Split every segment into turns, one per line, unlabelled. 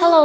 Hello，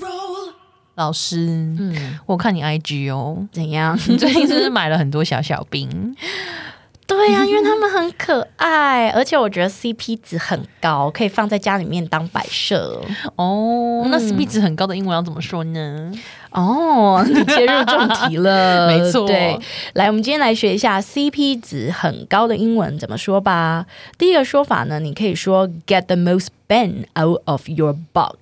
roll.
老师，嗯，我看你 IG 哦，
怎样？
你最近是不是买了很多小小兵？
对呀、因为他们很可爱，而且我觉得 CP 值很高，可以放在家里面当摆设。
哦，那 CP 值很高的英文要怎么说呢？
哦，你切入重题 了，
没错
对，来，我们今天来学一下 CP 值很高的英文怎么说吧。第一个说法呢，你可以说 get the most bang out of your buck。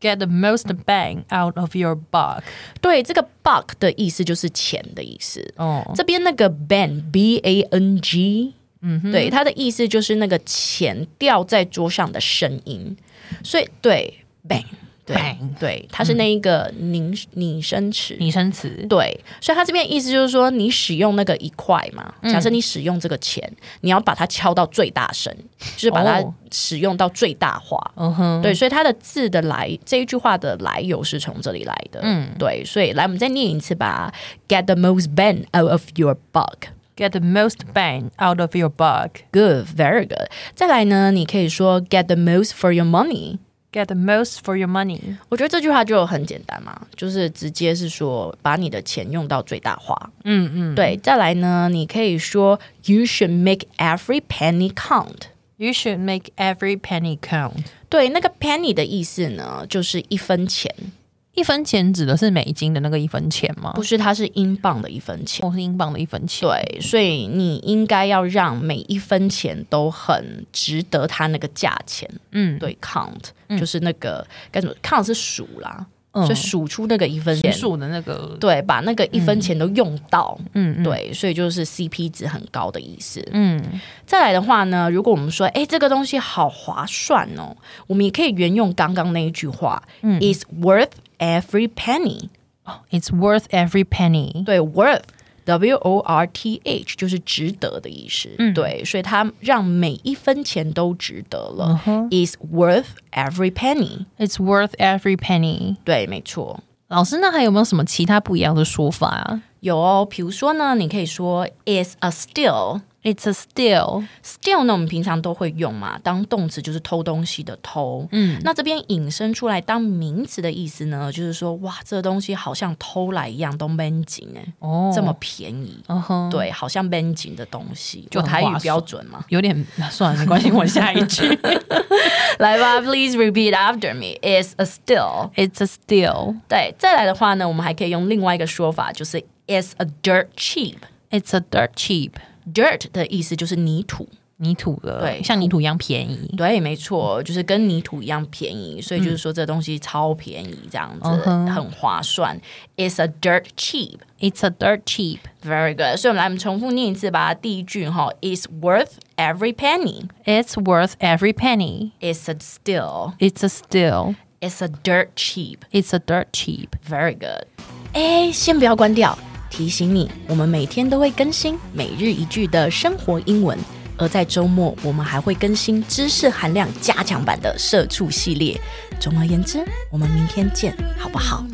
Get the most bang out of your buck。
对，这个 buck 的意思就是钱的意思。
哦，
这边那个 bang b a n g，嗯，对，它的意思就是那个钱掉在桌上的声音，所以对 bang，对
Bang 嗯
对，它是那一个拟拟声词，
拟声词。
对，所以它这边意思就是说，你使用那个一块嘛，
嗯
假设你使用这个钱，你要把它敲到最大声，就是把它
哦
使用到最大化。
嗯哼，
对，所以它的字的来这一句话的来由是从这里来的。嗯，对，所以来我们再念一次吧，Get the most bang out of your buck。
，Get the most bang out of your buck。
Good, very good。再来呢，你可以说 get the most for your money。
Get the most for your money。
我觉得这句话就很简单嘛，就是直接是说把你的钱用到最大化。
嗯嗯
对，再来呢，你可以说 You should make every penny count。
，You should make every penny count。
对，那个 penny 的意思呢，就是一分钱，
一分钱指的是美金的那个一分钱吗？
不是它是英镑的一分钱。
我是英镑的一分钱。
对，所以你应该要让每一分钱都很值得它那个价钱。
嗯，
对，count、就是那个该怎么 count 是数啦，
嗯
所以数出那个一分钱
点，数的那个
对，把那个一分钱都用到。
嗯，
对，所以就是 CP 值很高的意思。
嗯，
再来的话呢，如果我们说，哎，这个东西好划算哦，我们也可以沿用刚刚那一句话、i
嗯
s worth every penny。
It's worth every penny。
对，worth。W O R T H 就是值得的意思，
嗯
对，所以它让每一分钱都值得
嗯
了、i s worth every penny。
It's worth every penny。
对，没错，
老师，那还有没有什么其他不一样的说法啊
有哦。比如说呢，你可以说 is a steal。
？It's a steal。
steal 呢，我们平常都会用嘛，当动词就是偷东西的偷。嗯，那这边引申出来当名词的意思呢，就是说，哇，这个东西好像偷来一样，都闷紧哎，
哦
这么便宜，
嗯哼，
对，好像闷紧的东西，
就
我
很
台
划
语
算
标准嘛。
有点算了，没关系，我下一句。
来吧，Please repeat after me. It's a steal。
It's a steal.
对，再来的话呢，我们还可以用另外一个说法，就是 It's a dirt cheap。
It's a dirt cheap。
Dirt 的意思就是泥土。
泥土的，
对
像泥土一样便宜。
对，没错，就是跟泥土一样便宜，所以就是说这东西超便宜，这样子、很划算。It's a dirt cheap。
It's a dirt cheap.
Very good，所以我们来，我们重复念一次吧。第一句哈，It's worth every penny.
It's worth every penny.
It's a steal.
It's a steal.
It's a dirt cheap.
It's a dirt cheap.
Very good。哎，先不要关掉，提醒你，我们每天都会更新每日一句的生活英文，而在周末我们还会更新知识含量加强版的社畜系列。总而言之，我们明天见，好不好？